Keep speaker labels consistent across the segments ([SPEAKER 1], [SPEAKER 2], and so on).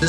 [SPEAKER 1] 时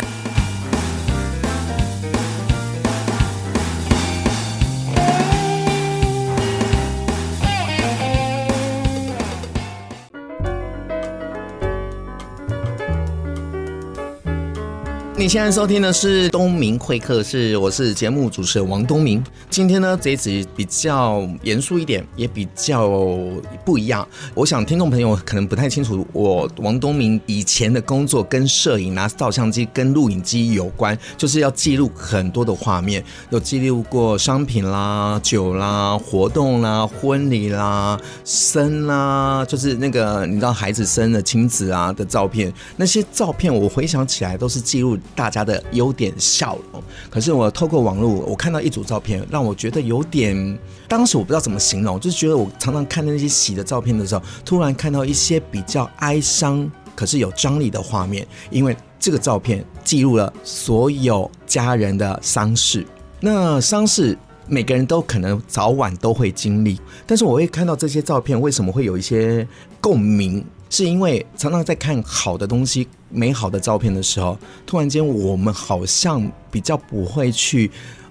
[SPEAKER 2] 你现在收听的是东明会客室，我是节目主持人王东明。今天呢，这一集比较严肃一点，也比较呃不一样。我想听众朋友可能不太清楚，我王东明以前的工作跟摄影、拿照相机跟录影机有关，就是要记录很多的画面，有记录过商品啦、酒啦、活动啦、婚礼啦、生啦，就是那个你知道孩子生了亲子啊的照片，那些照片我回想起来都是记录大家的优点笑容。可是我透过网络，我看到一组照片，让我觉得有点，当时我不知道怎么形容，就是觉得我常常看那些喜的照片的时候，突然看到一些比较哀伤。可是有张力的画面，因为这个照片记录了所有家人的丧事。那丧事每个人都可能早晚都会经历，但是我会看到这些照片，为什么会有一些共鸣？是因为常常在看好的东西、美好的照片的时候，突然间我们好像比较不会去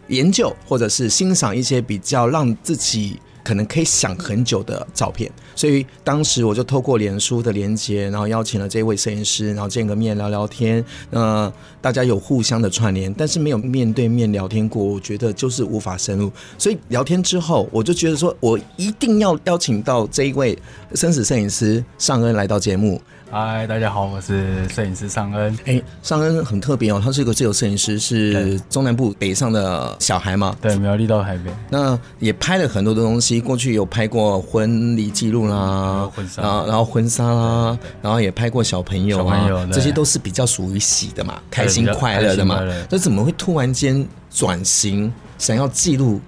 [SPEAKER 2] 研究或者是欣赏一些比较让自己可能可以想很久的照片，所以当时我就透过脸书的连接，然后邀请了这位摄影师，然后见个面聊聊天。呃，大家有互相的串联，但是没有面对面聊天过，我觉得就是无法深入。所以聊天之后，我就觉得说我一定要邀请到这一位生死摄影师尚恩来到节目。
[SPEAKER 3] 嗨，大家好，我是摄影师尚恩。
[SPEAKER 2] 哎，尚恩很特别哦，他是一个自由摄影师，是中南部北上的小孩嘛，
[SPEAKER 3] 对，苗栗到台北，
[SPEAKER 2] 那也拍了很多的东西，过去有拍过婚礼记录啦，
[SPEAKER 3] 嗯婚纱
[SPEAKER 2] 然后然后婚纱啦，然后也拍过小朋友
[SPEAKER 3] 小
[SPEAKER 2] 啊
[SPEAKER 3] 朋友，对
[SPEAKER 2] 这些都是比较属于喜的嘛，开心
[SPEAKER 3] 比较
[SPEAKER 2] 快乐的嘛
[SPEAKER 3] 开心快乐。
[SPEAKER 2] 那怎么会突然间转型，想要记录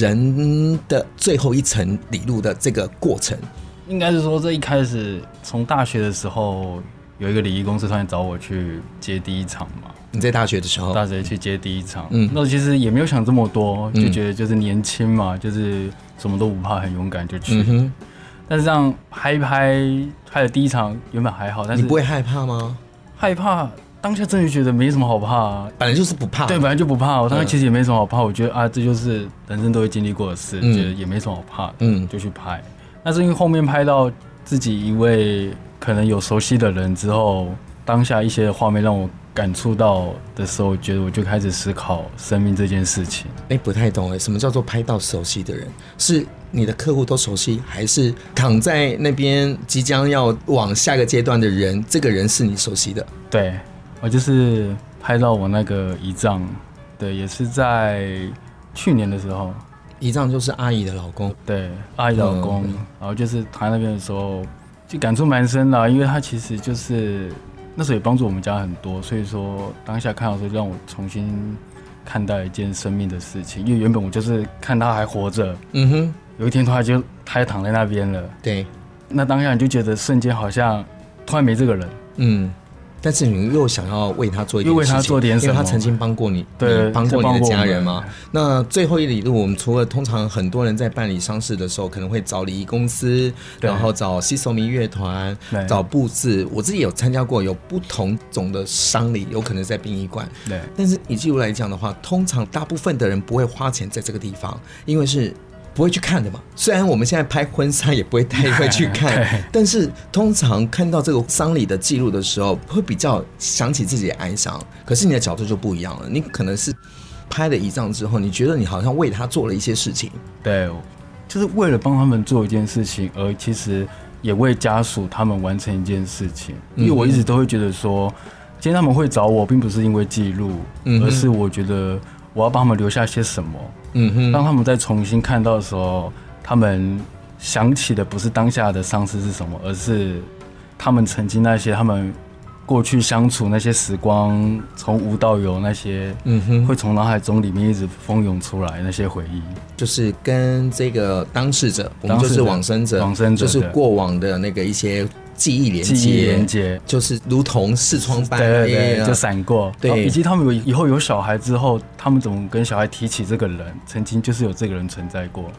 [SPEAKER 2] 人的最后一层理路的这个过程？
[SPEAKER 3] 应该是说这一开始从大学的时候，有一个礼仪公司突然找我去接第一场嘛，
[SPEAKER 2] 你在大学的时候，
[SPEAKER 3] 大学去接第一场，
[SPEAKER 2] 哦嗯
[SPEAKER 3] 那其实也没有想这么多，
[SPEAKER 2] 嗯
[SPEAKER 3] 就觉得就是年轻嘛，就是什么都不怕，很勇敢就去。
[SPEAKER 2] 嗯哼，
[SPEAKER 3] 但是这样拍一拍，拍了第一场原本还好，但
[SPEAKER 2] 你
[SPEAKER 3] 是
[SPEAKER 2] 不会害怕吗？
[SPEAKER 3] 害怕，当下真的觉得没什么好怕、啊，
[SPEAKER 2] 本来就是不怕，
[SPEAKER 3] 对，本来就不怕，我当时
[SPEAKER 2] 嗯
[SPEAKER 3] 其实也没什么好怕，我觉得啊，这就是人生都会经历过的事，
[SPEAKER 2] 嗯
[SPEAKER 3] 觉得也没什么好怕的，
[SPEAKER 2] 嗯
[SPEAKER 3] 就去拍。但是因为后面拍到自己一位可能有熟悉的人之后，当下一些画面让我感触到的时候，我觉得我就开始思考生命这件事情。
[SPEAKER 2] 哎，不太懂哎，什么叫做拍到熟悉的人？是你的客户都熟悉，还是躺在那边即将要往下个阶段的人，这个人是你熟悉的？
[SPEAKER 3] 对我就是拍到我那个遗仗，对，也是在去年的时候，
[SPEAKER 2] 一丈就是阿姨的老公，
[SPEAKER 3] 对，阿姨老公，然后就是躺在那边的时候，就感触蛮深的啊，因为他其实就是那时候也帮助我们家很多，所以说当下看到的时候，让我重新看待一件生命的事情，因为原本我就是看他还活着，
[SPEAKER 2] 嗯哼，
[SPEAKER 3] 有一天突然就他就躺在那边了，
[SPEAKER 2] 对，
[SPEAKER 3] 那当下你就觉得瞬间好像突然没这个人，
[SPEAKER 2] 嗯。但是你又想要为他做一点
[SPEAKER 3] 又为他
[SPEAKER 2] 事情
[SPEAKER 3] 做点什
[SPEAKER 2] 因
[SPEAKER 3] 么
[SPEAKER 2] 为他曾经帮过你，
[SPEAKER 3] 对
[SPEAKER 2] 你帮过你的家人
[SPEAKER 3] 帮
[SPEAKER 2] 嘛
[SPEAKER 3] 过我。
[SPEAKER 2] 那最后一里路，我们除了通常很多人在办理丧事的时候，可能会找礼仪公司，
[SPEAKER 3] 对
[SPEAKER 2] 然后找西索迷乐团，
[SPEAKER 3] 对
[SPEAKER 2] 找布置。我自己有参加过，有不同种的丧礼，有可能在殡仪馆，
[SPEAKER 3] 对
[SPEAKER 2] 但是以记录来讲的话，通常大部分的人不会花钱在这个地方，因为是不会去看的嘛。虽然我们现在拍婚纱也不会太会去
[SPEAKER 3] 对
[SPEAKER 2] 看，但是通常看到这个丧礼的记录的时候，会比较想起自己的哀伤。可是你的角度就不一样了，你可能是拍了遗仗之后，你觉得你好像为他做了一些事情，
[SPEAKER 3] 对，就是为了帮他们做一件事情，而其实也为家属他们完成一件事情。
[SPEAKER 2] 嗯
[SPEAKER 3] 因为我一直都会觉得说，今天他们会找我，并不是因为记录，
[SPEAKER 2] 嗯哼
[SPEAKER 3] 而是我觉得我要帮他们留下些什么，
[SPEAKER 2] 嗯哼，
[SPEAKER 3] 当他们再重新看到的时候，他们想起的不是当下的丧事是什么，而是他们曾经那些他们过去相处那些时光，从无到有那些，
[SPEAKER 2] 嗯哼，
[SPEAKER 3] 会从脑海中里面一直蜂涌出来那些回忆。
[SPEAKER 2] 就是跟这个当事者，我们就是往生者，
[SPEAKER 3] 往生者
[SPEAKER 2] 就是
[SPEAKER 3] 对
[SPEAKER 2] 过往的那个一些记忆连接，
[SPEAKER 3] 记忆连接
[SPEAKER 2] 就是如同视窗般，
[SPEAKER 3] 对
[SPEAKER 2] 哎
[SPEAKER 3] 对
[SPEAKER 2] 呀
[SPEAKER 3] 对，就闪过。
[SPEAKER 2] 对
[SPEAKER 3] 然后以及他们有以后有小孩之后，他们怎么跟小孩提起这个人，曾经就是有这个人存在过。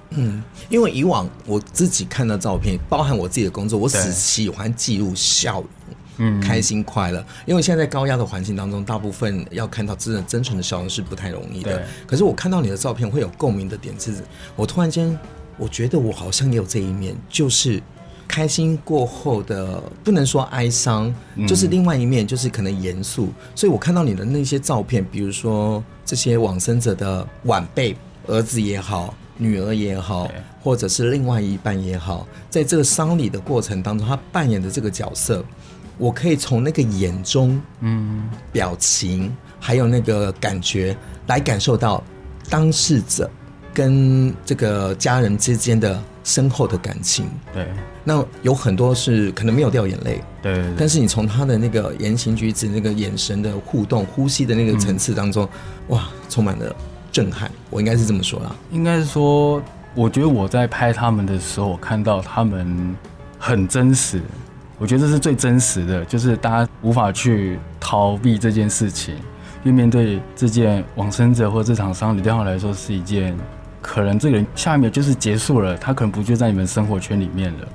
[SPEAKER 2] 因为以往我自己看到照片，包含我自己的工作，我
[SPEAKER 3] 对
[SPEAKER 2] 只喜欢记录笑容。
[SPEAKER 3] 嗯
[SPEAKER 2] 开心快乐，因为现在在高压的环境当中，大部分要看到真的真诚的笑容是不太容易的
[SPEAKER 3] 对。
[SPEAKER 2] 可是我看到你的照片会有共鸣的点是，我突然间我觉得我好像也有这一面，就是开心过后的不能说哀伤，
[SPEAKER 3] 嗯
[SPEAKER 2] 就是另外一面，就是可能严肃。所以我看到你的那些照片，比如说这些往生者的晚辈、儿子也好。女儿也好
[SPEAKER 3] 对，
[SPEAKER 2] 或者是另外一半也好，在这个丧礼的过程当中，他扮演的这个角色，我可以从那个眼中、
[SPEAKER 3] 嗯，
[SPEAKER 2] 表情，还有那个感觉来感受到当事者跟这个家人之间的深厚的感情。
[SPEAKER 3] 对
[SPEAKER 2] 那有很多是可能没有掉眼泪，
[SPEAKER 3] 对对对
[SPEAKER 2] 但是你从他的那个言行举止、那个眼神的互动、呼吸的那个层次当中，哇，充满了震撼。我应该是这么说啦。
[SPEAKER 3] 应该是说，我觉得我在拍他们的时候，我看到他们很真实，我觉得这是最真实的，就是大家无法去逃避这件事情，因为面对这件往生者或这场丧礼，对他们来说是一件可能这个人下一秒就是结束了，他可能不就在你们生活圈里面了，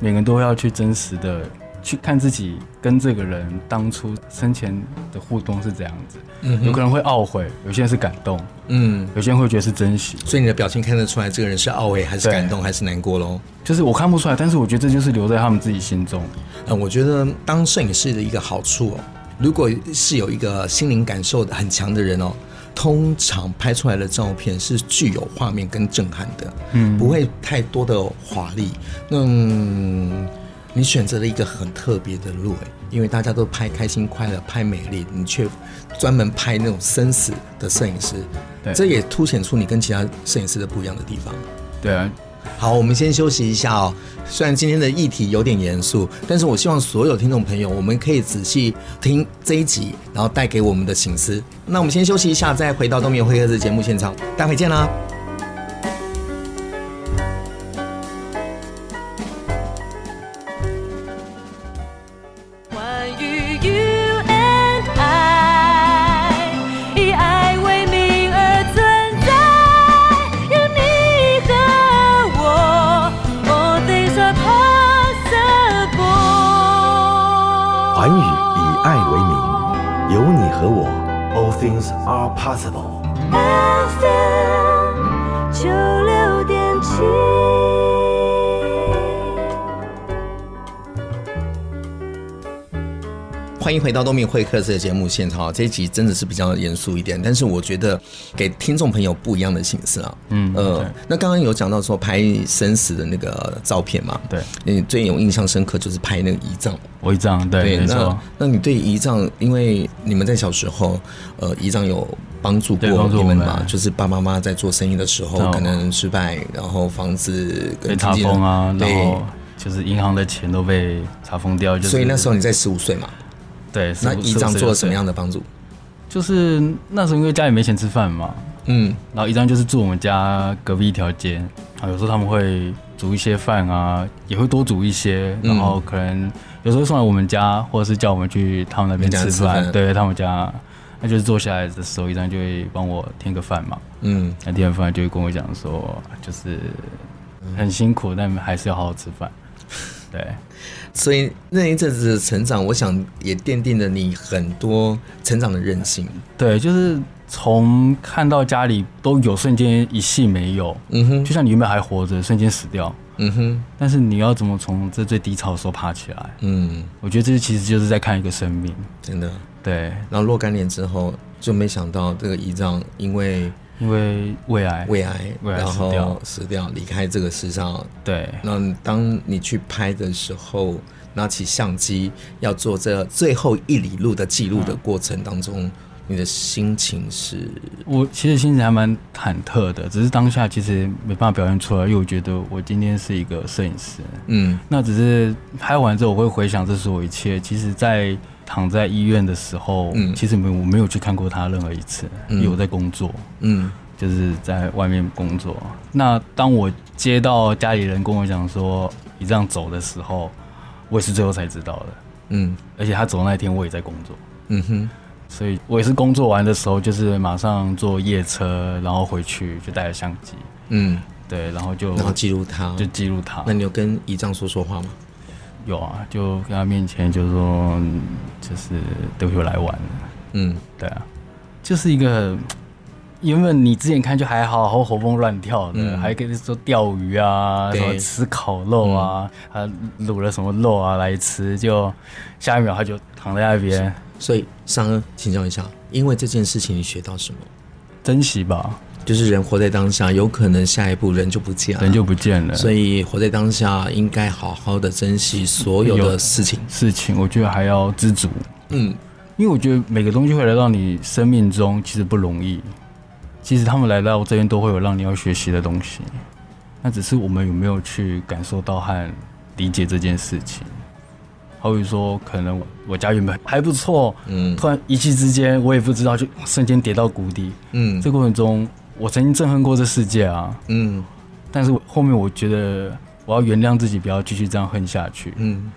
[SPEAKER 3] 每个人都要去真实的。去看自己跟这个人当初生前的互动是怎样子，
[SPEAKER 2] 嗯
[SPEAKER 3] 有可能会懊悔，有些人是感动，
[SPEAKER 2] 嗯，
[SPEAKER 3] 有些人会觉得是珍惜。
[SPEAKER 2] 所以你的表情看得出来，这个人是懊悔还是
[SPEAKER 3] 对
[SPEAKER 2] 感动还是难过喽？
[SPEAKER 3] 就是我看不出来，但是我觉得这就是留在他们自己心中。
[SPEAKER 2] 呃，我觉得当摄影师的一个好处哦，如果是有一个心灵感受很强的人哦，通常拍出来的照片是具有画面跟震撼的，嗯，不会太多的华丽。那、嗯、你选择了一个很特别的路，哎，因为大家都拍开心快乐、拍美丽，你却专门拍那种生死的摄影师，
[SPEAKER 3] 对
[SPEAKER 2] 这也凸显出你跟其他摄影师的不一样的地方。
[SPEAKER 3] 对啊，
[SPEAKER 2] 好，我们先休息一下哦。虽然今天的议题有点严肃，但是我希望所有听众朋友，我们可以仔细听这一集，然后带给我们的醒思。那我们先休息一下，再回到东明会客室节目现场，待会见啦。
[SPEAKER 4] 关于 You and I，以爱为名而存在，有你和我，All things are possible。
[SPEAKER 5] 环宇以爱为名，有你和我，All things are possible。
[SPEAKER 4] FM 九六点七。
[SPEAKER 2] 欢迎回到东明会客室的节目现场哦。这一集真的是比较严肃一点，但是我觉得给听众朋友不一样的形式啊。
[SPEAKER 3] 嗯，
[SPEAKER 2] 呃
[SPEAKER 3] 对，
[SPEAKER 2] 那刚刚有讲到说拍生死的那个照片嘛，
[SPEAKER 3] 对，
[SPEAKER 2] 你最有印象深刻就是拍那个遗仗。
[SPEAKER 3] 我一张，对，没错
[SPEAKER 2] 那，那你对仪仗，因为你们在小时候，呃，仪仗有帮助
[SPEAKER 3] 对
[SPEAKER 2] 过
[SPEAKER 3] 帮助
[SPEAKER 2] 你
[SPEAKER 3] 我
[SPEAKER 2] 们
[SPEAKER 3] 们
[SPEAKER 2] 嘛？就是爸妈妈在做生意的时候，
[SPEAKER 3] 哦
[SPEAKER 2] 可能失败，然后房子
[SPEAKER 3] 被
[SPEAKER 2] 跟经
[SPEAKER 3] 查
[SPEAKER 2] 纪人
[SPEAKER 3] 封啊，然后
[SPEAKER 2] 对。
[SPEAKER 3] 就是银行的钱都被查封掉，就是
[SPEAKER 2] 所以那时候你在十五岁嘛，
[SPEAKER 3] 对，
[SPEAKER 2] 那
[SPEAKER 3] 15
[SPEAKER 2] 仪仗做了什么？
[SPEAKER 3] 16
[SPEAKER 2] 样的帮助？
[SPEAKER 3] 就是那时候因为家里没钱吃饭嘛，
[SPEAKER 2] 嗯，
[SPEAKER 3] 然后一张就是住我们家隔壁一条街，啊，有时候他们会煮一些饭啊，也会多煮一些，
[SPEAKER 2] 嗯
[SPEAKER 3] 然后可能有时候送来我们家，或者是叫我们去他们那边
[SPEAKER 2] 你家
[SPEAKER 3] 吃
[SPEAKER 2] 吃
[SPEAKER 3] 饭
[SPEAKER 2] 饭，
[SPEAKER 3] 对他们家，那就是坐下来的时候，一张就会帮我添个饭嘛，
[SPEAKER 2] 嗯，
[SPEAKER 3] 那店员饭就会跟我讲说，啊就是很辛苦，但还是要好好吃饭。对，
[SPEAKER 2] 所以那一阵子的成长，我想也奠定了你很多成长的韧性。
[SPEAKER 3] 对，就是从看到家里都有，瞬间一系没有，
[SPEAKER 2] 嗯哼，
[SPEAKER 3] 就像你原本还活着，瞬间死掉，
[SPEAKER 2] 嗯哼，
[SPEAKER 3] 但是你要怎么从这最低潮的时候爬起来？
[SPEAKER 2] 嗯，
[SPEAKER 3] 我觉得这其实就是在看一个生命。
[SPEAKER 2] 真的。
[SPEAKER 3] 对，
[SPEAKER 2] 然后若干年之后，就没想到这个仪仗因为
[SPEAKER 3] 因为胃癌，
[SPEAKER 2] 胃癌，
[SPEAKER 3] 胃癌
[SPEAKER 2] 然
[SPEAKER 3] 死掉
[SPEAKER 2] 后死掉，离开这个世上。
[SPEAKER 3] 对
[SPEAKER 2] 那当你去拍的时候，拿起相机要做这最后一里路的记录的过程当中，你的心情是
[SPEAKER 3] 我其实心情还蛮忐忑的，只是当下其实没办法表现出来，因为我觉得我今天是一个摄影师，
[SPEAKER 2] 嗯
[SPEAKER 3] 那只是拍完之后，我会回想这是我一切。其实，在躺在医院的时候，
[SPEAKER 2] 嗯
[SPEAKER 3] 其实没有我没有去看过他任何一次，
[SPEAKER 2] 嗯
[SPEAKER 3] 因为我在工作，
[SPEAKER 2] 嗯
[SPEAKER 3] 就是在外面工作。那当我接到家里人跟我讲说你这样走的时候，我也是最后才知道的。
[SPEAKER 2] 嗯
[SPEAKER 3] 而且他走那一天我也在工作，
[SPEAKER 2] 嗯哼，
[SPEAKER 3] 所以我也是工作完的时候就是马上坐夜车，然后回去就带了相机，
[SPEAKER 2] 嗯，
[SPEAKER 3] 对，然后就
[SPEAKER 2] 然后记录他。
[SPEAKER 3] 哦就记录他
[SPEAKER 2] 那。你有跟姨丈说说话吗？
[SPEAKER 3] 有啊，就跟他面前就说，嗯就是对不起，我来晚了。
[SPEAKER 2] 嗯
[SPEAKER 3] 对啊，就是一个原本你之前看就还好，好活蹦乱跳的，
[SPEAKER 2] 嗯
[SPEAKER 3] 还跟你说钓鱼啊，
[SPEAKER 2] 对
[SPEAKER 3] 什么吃烤肉啊，他卤了什么肉啊来吃，就下一秒他就躺在那边，
[SPEAKER 2] 所以尚恩，请教一下，因为这件事情你学到什么？
[SPEAKER 3] 珍惜吧，
[SPEAKER 2] 就是人活在当下，有可能下一步人就不见了，
[SPEAKER 3] 人就不见了。
[SPEAKER 2] 所以活在当下，应该好好的珍惜所有的
[SPEAKER 3] 有
[SPEAKER 2] 事情。
[SPEAKER 3] 事情我觉得还要知足，
[SPEAKER 2] 嗯，
[SPEAKER 3] 因为我觉得每个东西会来到你生命中，其实不容易。其实他们来到这边都会有让你要学习的东西，那只是我们有没有去感受到和理解这件事情。好比说，可能我家原本还不错，
[SPEAKER 2] 嗯
[SPEAKER 3] 突然一气之间，我也不知道，就瞬间跌到谷底。
[SPEAKER 2] 嗯
[SPEAKER 3] 这过程中，我曾经憎恨过这世界啊，
[SPEAKER 2] 嗯
[SPEAKER 3] 但是我后面我觉得我要原谅自己，不要继续这样恨下去。
[SPEAKER 2] 嗯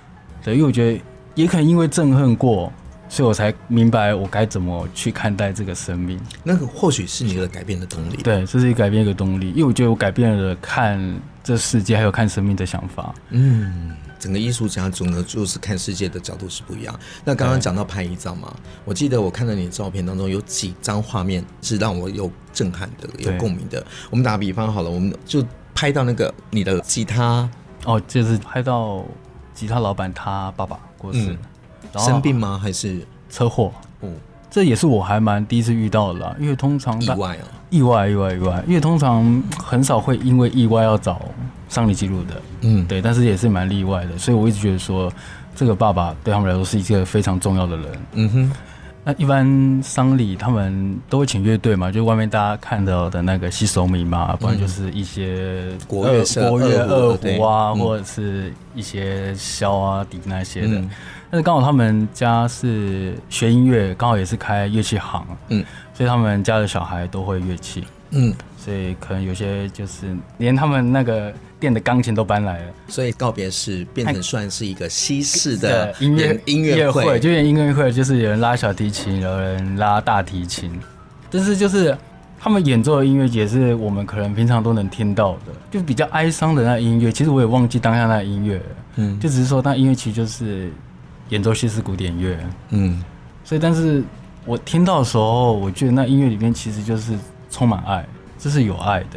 [SPEAKER 3] 对，因为我觉得也可能因为憎恨过，所以我才明白我该怎么去看待这个生命。
[SPEAKER 2] 那个或许是你的改变的动力。，
[SPEAKER 3] 对，这是改变一个动力，因为我觉得我改变了看这世界还有看生命的想法。
[SPEAKER 2] 嗯，整个艺术家整个就是看世界的角度是不一样。那刚刚讲到拍一张嘛，我记得我看到你的照片当中有几张画面是让我有震撼的、有
[SPEAKER 3] 对
[SPEAKER 2] 共鸣的。我们打比方好了，我们就拍到那个你的吉他
[SPEAKER 3] 哦，就是拍到吉他老板他爸爸过世，
[SPEAKER 2] 嗯
[SPEAKER 3] 然后
[SPEAKER 2] 生病吗？还是
[SPEAKER 3] 车祸，
[SPEAKER 2] 哦
[SPEAKER 3] 这也是我还蛮第一次遇到的啦、因为通常
[SPEAKER 2] 意
[SPEAKER 3] 大
[SPEAKER 2] 外啊？
[SPEAKER 3] 意外意外意外，因为通常很少会因为意外要找丧礼记录的。
[SPEAKER 2] 嗯，
[SPEAKER 3] 对，但是也是蛮例外的，所以我一直觉得说，这个爸爸对他们来说是一个非常重要的人。
[SPEAKER 2] 嗯哼，
[SPEAKER 3] 那一般丧礼他们都会请乐队嘛，就外面大家看到的那个西手米嘛，不然就是一些
[SPEAKER 2] 国
[SPEAKER 3] 二
[SPEAKER 2] 乐社
[SPEAKER 3] 国乐
[SPEAKER 2] 二胡
[SPEAKER 3] 二
[SPEAKER 2] 对
[SPEAKER 3] 胡啊，
[SPEAKER 2] 嗯
[SPEAKER 3] 或者是一些箫啊、笛那些的。
[SPEAKER 2] 嗯
[SPEAKER 3] 但是刚好他们家是学音乐，刚好也是开乐器行，
[SPEAKER 2] 嗯
[SPEAKER 3] 所以他们家的小孩都会乐器。
[SPEAKER 2] 嗯，
[SPEAKER 3] 所以可能有些就是连他们那个店的钢琴都搬来了，
[SPEAKER 2] 所以告别式变成算是一个西式的
[SPEAKER 3] 对音乐
[SPEAKER 2] 音乐
[SPEAKER 3] 会，
[SPEAKER 2] 会，
[SPEAKER 3] 就演音乐会，就是有人拉小提琴，有人拉大提琴，但是就是他们演奏的音乐也是我们可能平常都能听到的，就比较哀伤的那音乐。其实我也忘记当下那音乐了，
[SPEAKER 2] 嗯
[SPEAKER 3] 就只是说那音乐其实就是演奏西式古典乐，
[SPEAKER 2] 嗯
[SPEAKER 3] 所以但是我听到的时候，我觉得那音乐里面其实就是充满爱，这是有爱的，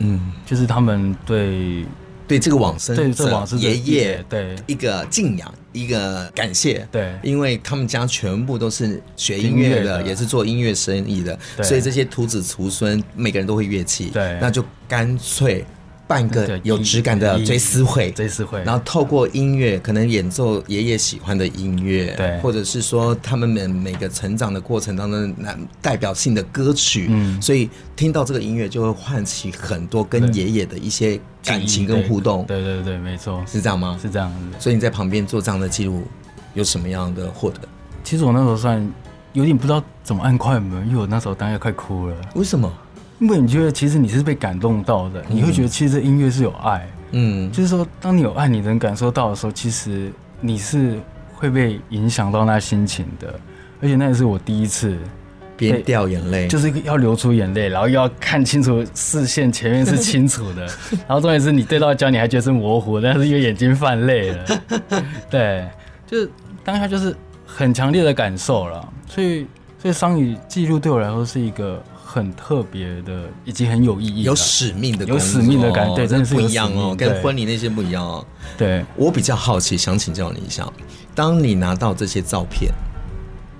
[SPEAKER 2] 嗯，
[SPEAKER 3] 就是他们对
[SPEAKER 2] 对这个往生
[SPEAKER 3] 对这
[SPEAKER 2] 者
[SPEAKER 3] 往事的
[SPEAKER 2] 爷
[SPEAKER 3] 爷
[SPEAKER 2] 爷
[SPEAKER 3] 对
[SPEAKER 2] 一个敬仰，一个感谢。
[SPEAKER 3] 对
[SPEAKER 2] 因为他们家全部都是学音
[SPEAKER 3] 音乐
[SPEAKER 2] 乐的，
[SPEAKER 3] 的
[SPEAKER 2] 也是做音乐生意的，
[SPEAKER 3] 对
[SPEAKER 2] 所以这些徒子徒孙每个人都会乐器，
[SPEAKER 3] 对
[SPEAKER 2] 那就干脆办个
[SPEAKER 3] 对
[SPEAKER 2] 有质感的
[SPEAKER 3] 一
[SPEAKER 2] 追思会，
[SPEAKER 3] 这次会，
[SPEAKER 2] 然后透过音乐，可能演奏爷爷喜欢的音乐，
[SPEAKER 3] 对
[SPEAKER 2] 或者是说他们们每个成长的过程当中，那代表性的歌曲，
[SPEAKER 3] 嗯
[SPEAKER 2] 所以听到这个音乐就会唤起很多跟
[SPEAKER 3] 对
[SPEAKER 2] 爷爷的一些感情跟
[SPEAKER 3] 对
[SPEAKER 2] 互动，
[SPEAKER 3] 对对对，没错，
[SPEAKER 2] 是这样吗？
[SPEAKER 3] 是这样子。
[SPEAKER 2] 所以你在旁边做这样的记录，有什么样的获得？
[SPEAKER 3] 其实我那时候算有点不知道怎么按快门，因为我那时候当下快哭了。
[SPEAKER 2] 为什么？
[SPEAKER 3] 因为你觉得其实你是被感动到的，你会觉得其实这音乐是有爱，
[SPEAKER 2] 嗯
[SPEAKER 3] 就是说当你有爱，你能感受到的时候，其实你是会被影响到那心情的。而且那也是我第一次，
[SPEAKER 2] 边掉眼泪，
[SPEAKER 3] 就是要流出眼泪，然后又要看清楚视线前面是清楚的，然后重点是你对到焦你还觉得是模糊，但是又眼睛泛泪了，对，就是当下就是很强烈的感受了，所以所以双语记录对我来说是一个很特别的，以及很有意义的，
[SPEAKER 2] 有使命的工作，
[SPEAKER 3] 有使命的感对真的是
[SPEAKER 2] 不
[SPEAKER 3] 有
[SPEAKER 2] 一样
[SPEAKER 3] 使
[SPEAKER 2] 哦，
[SPEAKER 3] 命
[SPEAKER 2] 跟
[SPEAKER 3] 对
[SPEAKER 2] 婚礼那些不一样哦。
[SPEAKER 3] 对，
[SPEAKER 2] 我比较好奇，想请教你一下，当你拿到这些照片，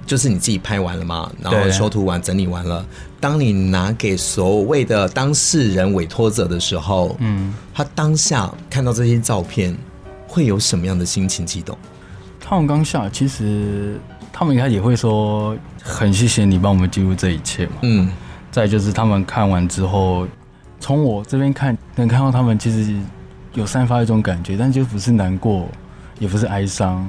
[SPEAKER 2] 就是你自己拍完了嘛，然后
[SPEAKER 3] 对
[SPEAKER 2] 修图完、整理完了，当你拿给所谓的当事人、委托者的时候，
[SPEAKER 3] 嗯，
[SPEAKER 2] 他当下看到这些照片，会有什么样的心情激动？
[SPEAKER 3] 他们刚下其实他们一开始也会说很谢谢你帮我们记录这一切嘛，
[SPEAKER 2] 嗯
[SPEAKER 3] 再就是他们看完之后，从我这边看，能看到他们其实有散发一种感觉，但就不是难过，也不是哀伤，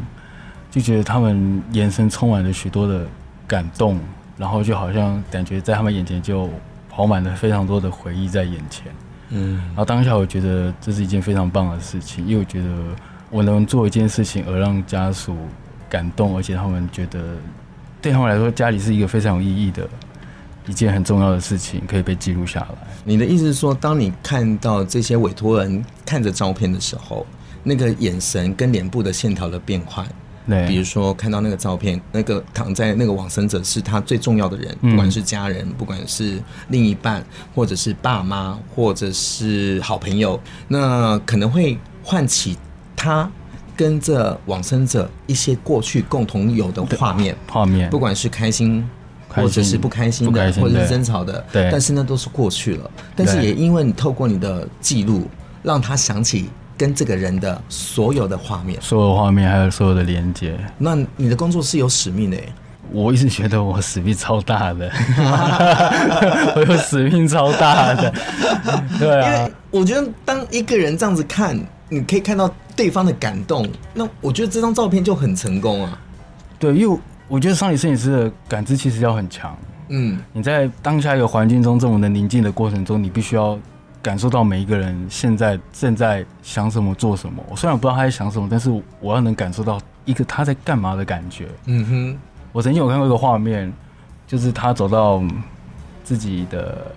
[SPEAKER 3] 就觉得他们眼神充满了许多的感动，然后就好像感觉在他们眼前就跑满了非常多的回忆在眼前。
[SPEAKER 2] 嗯，
[SPEAKER 3] 然后当下我觉得这是一件非常棒的事情，因为我觉得我能做一件事情而让家属感动，而且他们觉得对他们来说家里是一个非常有意义的一件很重要的事情，可以被记录下来。
[SPEAKER 2] 你的意思是说，当你看到这些委托人看着照片的时候，那个眼神跟脸部的线条的变换，
[SPEAKER 3] 对，
[SPEAKER 2] 比如说看到那个照片，那个躺在那个往生者是他最重要的人，不管是家人，不管是另一半，或者是爸妈，或者是好朋友，那可能会唤起他跟着往生者一些过去共同有的画面，
[SPEAKER 3] 画面，
[SPEAKER 2] 不管是开心。
[SPEAKER 3] 开心
[SPEAKER 2] 或者是不开心
[SPEAKER 3] 不
[SPEAKER 2] 的，
[SPEAKER 3] 开心
[SPEAKER 2] 或者是
[SPEAKER 3] 对
[SPEAKER 2] 争吵的，
[SPEAKER 3] 对
[SPEAKER 2] 但是那都是过去了。但是
[SPEAKER 3] 对
[SPEAKER 2] 也因为你透过你的记录，让他想起跟这个人的所有的画面。
[SPEAKER 3] 所有画面还有所有的连接，
[SPEAKER 2] 那你的工作是有使命的耶，
[SPEAKER 3] 我一直觉得我使命超大的， 我有使命超大的，对
[SPEAKER 2] 因
[SPEAKER 3] 啊
[SPEAKER 2] 为，我觉得当一个人这样子看，你可以看到对方的感动，那我觉得这张照片就很成功啊。
[SPEAKER 3] 对，因为我觉得丧礼摄影师的感知其实要很强，
[SPEAKER 2] 嗯，
[SPEAKER 3] 你在当下一个环境中这么的宁静的过程中，你必须要感受到每一个人现在正在想什么、做什么。我虽然不知道他在想什么，但是我要能感受到一个他在干嘛的感觉。
[SPEAKER 2] 嗯哼，
[SPEAKER 3] 我曾经有看过一个画面，就是他走到自己的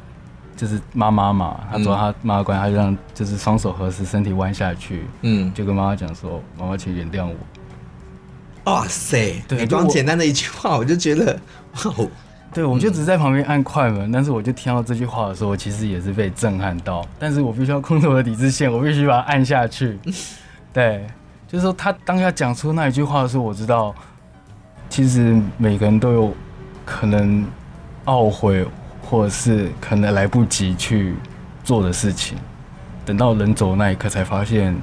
[SPEAKER 3] 就是妈妈嘛，他走到他妈妈关，他就让就是双手合十，身体弯下去，
[SPEAKER 2] 嗯，
[SPEAKER 3] 就跟妈妈讲说：“妈妈，请原谅我。”
[SPEAKER 2] 哇塞，
[SPEAKER 3] 对
[SPEAKER 2] 你光
[SPEAKER 3] 就我
[SPEAKER 2] 简单的一句话，我就觉得哇哦，
[SPEAKER 3] 对，我就只在旁边按快门，但是我就听到这句话的时候，我其实也是被震撼到，但是我必须要控制我的理智线，我必须把它按下去。对，就是说他当下讲出那一句话的时候，我知道，其实每个人都有可能懊悔，或者是可能来不及去做的事情，等到人走的那一刻才发现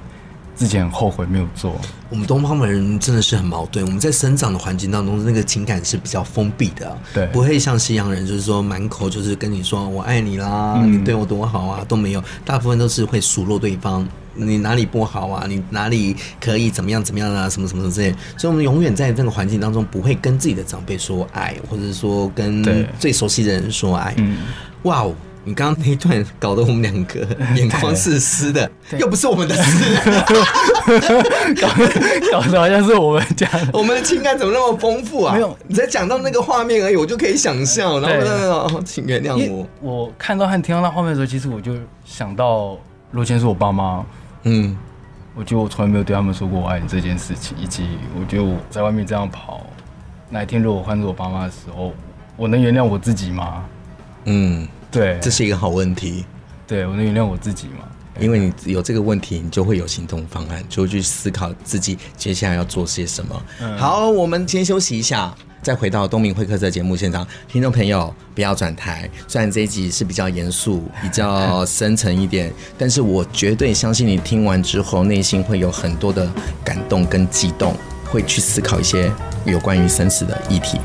[SPEAKER 3] 自己很后悔没有做。
[SPEAKER 6] 我们东方人真的是很矛盾。我们在生长的环境当中，那个情感是比较封闭的啊，
[SPEAKER 3] 对
[SPEAKER 6] 不会像西洋人，就是说满口就是跟你说我爱你啦，
[SPEAKER 3] 嗯
[SPEAKER 6] 你对我多好啊，都没有。大部分都是会数落对方，你哪里不好啊，你哪里可以怎么样怎么样啊，什么什么什么之类的。所以，我们永远在这个环境当中，不会跟自己的长辈说爱，或者是说跟
[SPEAKER 3] 对
[SPEAKER 6] 最熟悉的人说爱。
[SPEAKER 3] 嗯，
[SPEAKER 6] 哇哦！你刚刚那一段搞得我们两个 眼眶是湿的，又不是我们的事，
[SPEAKER 3] 搞得好像是我们家 的。
[SPEAKER 6] 我们的情感怎么那么丰富啊？
[SPEAKER 3] 没有，
[SPEAKER 6] 你在讲到那个画面而已，我就可以想象，然后
[SPEAKER 3] 对
[SPEAKER 6] 呢，哦请原谅
[SPEAKER 3] 因为
[SPEAKER 6] 我。
[SPEAKER 3] 我看到和听到那画面的时候，其实我就想到罗先是我爸妈，
[SPEAKER 6] 嗯，
[SPEAKER 3] 我觉得我从来没有对他们说过我爱你这件事情，以及我觉得我在外面这样跑，哪一天如果换做我爸妈的时候，我能原谅我自己吗？
[SPEAKER 2] 嗯，
[SPEAKER 3] 对，
[SPEAKER 2] 这是一个好问题。
[SPEAKER 3] 对我能原谅我自己吗？
[SPEAKER 2] 因为你有这个问题，你就会有行动方案，就会去思考自己接下来要做些什么。好，我们先休息一下，再回到东明会客的节目现场。听众朋友，不要转台，虽然这一集是比较严肃、比较深沉一点，但是我绝对相信你听完之后，内心会有很多的感动跟激动，会去思考一些有关于生死的议题。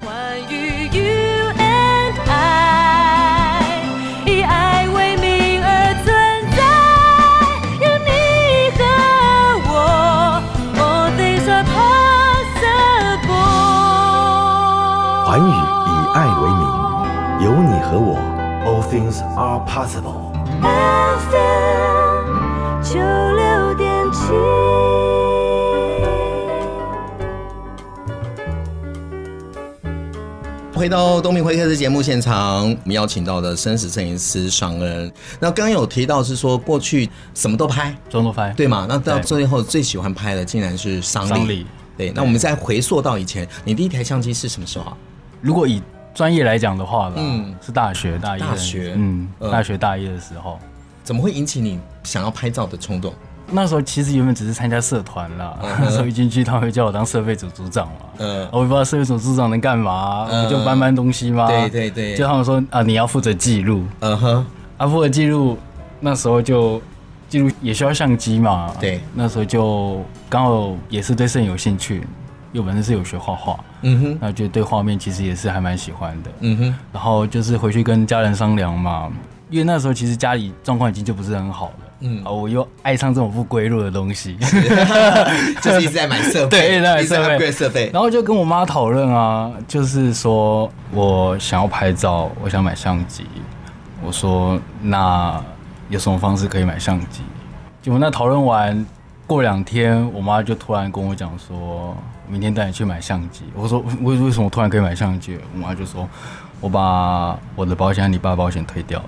[SPEAKER 4] 关于 you and I，以爱为名而存在，有你和我，All things are possible。
[SPEAKER 5] 环宇以爱为名，有你和我，All things are possible。
[SPEAKER 4] FM 九六点七。
[SPEAKER 2] 回到东明会客室节目现场，我们邀请到的生死摄影师尚恩。那刚刚有提到是说过去什么都拍，
[SPEAKER 3] 装作拍，
[SPEAKER 2] 对吗？那到
[SPEAKER 3] 对
[SPEAKER 2] 最后最喜欢拍的竟然是丧礼。
[SPEAKER 3] 丧礼
[SPEAKER 2] 对，那我们再回溯到以前，你第一台相机是什么时候啊？
[SPEAKER 3] 如果以专业来讲的话啦，
[SPEAKER 2] 嗯
[SPEAKER 3] 是大学大一的
[SPEAKER 2] 大学
[SPEAKER 3] 嗯，
[SPEAKER 2] 嗯
[SPEAKER 3] 大学大一的时候，
[SPEAKER 2] 怎么会引起你想要拍照的冲动？
[SPEAKER 3] 那时候其实原本只是参加社团啦， 那时候一进去他们就叫我当设备组组长嘛，
[SPEAKER 2] 嗯
[SPEAKER 3] 我也不知道设备组组长能干嘛，
[SPEAKER 2] 嗯
[SPEAKER 3] 不就搬搬东西吗？
[SPEAKER 2] 对对对
[SPEAKER 3] 就他们说啊，你要负责记录，
[SPEAKER 2] 嗯哼，
[SPEAKER 3] 啊，负责记录，那时候就记录也需要相机嘛，
[SPEAKER 2] 对
[SPEAKER 3] 那时候就刚好也是对摄影有兴趣，因为我本身是有学画画，
[SPEAKER 2] 嗯哼，
[SPEAKER 3] 那就对画面其实也是还蛮喜欢的，
[SPEAKER 2] 嗯哼，
[SPEAKER 3] 然后就是回去跟家人商量嘛，因为那时候其实家里状况已经就不是很好了，嗯，啊，我又爱上这种不归路的东西，
[SPEAKER 6] 就是一直在买设备，
[SPEAKER 3] 对，那
[SPEAKER 6] 一直在 upgrade
[SPEAKER 3] 备
[SPEAKER 6] 设备。
[SPEAKER 3] 然后就跟我妈讨论啊，就是说我想要拍照，我想买相机，我说那有什么方式可以买相机？结果那讨论完，过两天我妈就突然跟我讲说，明天带你去买相机。我说为为什么突然可以买相机？我妈就说，我把我的保险和你爸的保险退掉了。